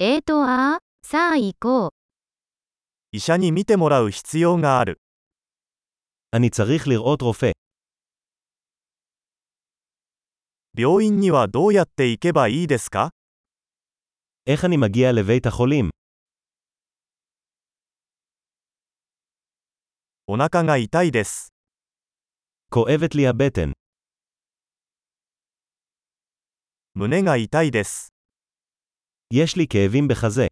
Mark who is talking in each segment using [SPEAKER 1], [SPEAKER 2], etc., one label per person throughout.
[SPEAKER 1] えーとあー、さあ行こう。
[SPEAKER 2] 医者に診てもらう必要がある。
[SPEAKER 3] אני צריך לראות רופא.
[SPEAKER 2] 病院にはどうやって行けばいいですか
[SPEAKER 3] איך אני מגיע לבית החולים?
[SPEAKER 2] お腹が痛いです。
[SPEAKER 3] כואבת לי הבטן.
[SPEAKER 2] 胸が痛いです。
[SPEAKER 3] יש לי כאבים בחזה.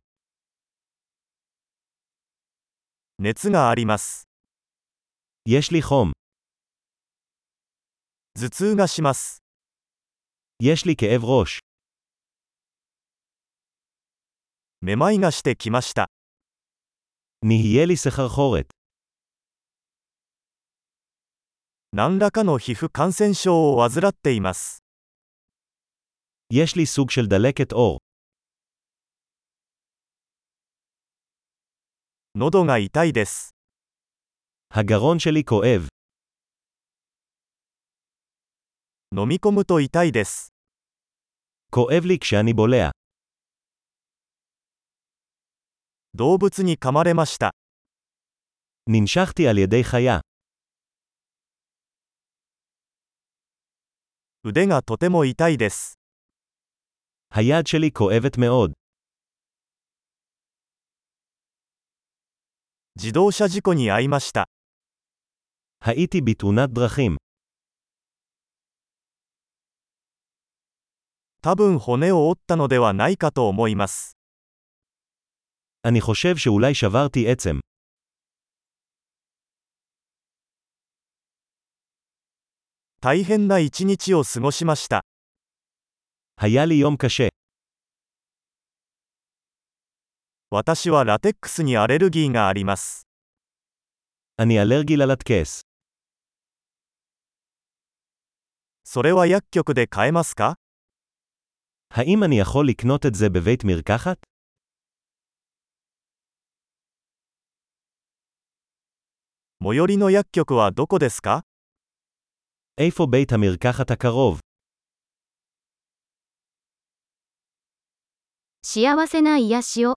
[SPEAKER 2] 熱があります。
[SPEAKER 3] יש לי חום.
[SPEAKER 2] 頭痛がします。
[SPEAKER 3] יש לי כאב ראש.
[SPEAKER 2] めまいがしてきました。
[SPEAKER 3] נהיה לי סחרחורת.
[SPEAKER 2] 何らかの皮膚感染症を患っています。
[SPEAKER 3] יש לי סוג של דלקת עור.
[SPEAKER 2] 喉が痛いです。
[SPEAKER 3] הגרון שלי כואב.
[SPEAKER 2] 飲み込むと痛いです。
[SPEAKER 3] כואב לי כשאני בולע.
[SPEAKER 2] 動物に噛まれました。
[SPEAKER 3] ננשכתי על ידי חיה.
[SPEAKER 2] 腕がとても痛いです。
[SPEAKER 3] היד שלי כואבת מאוד.
[SPEAKER 2] 自動車事故に遭いました。
[SPEAKER 3] הייתי בתאונת דרכים.
[SPEAKER 2] 多分骨を折ったのではないかと思います。
[SPEAKER 3] אני חושב שאולי שברתי עצם.
[SPEAKER 2] 大変な一日を過ごしました。
[SPEAKER 3] היה לי יום קשה.
[SPEAKER 2] 私はラテックスにアレルギーがあります。
[SPEAKER 3] אני אלרגי ללטקס.
[SPEAKER 2] それは薬局で買えますか
[SPEAKER 3] האם אני יכול לקנות את זה בבית מרקחת?
[SPEAKER 2] 最寄りの薬局はどこですか
[SPEAKER 3] איפה בית המרקחת הקרוב?
[SPEAKER 1] 幸せな癒しを。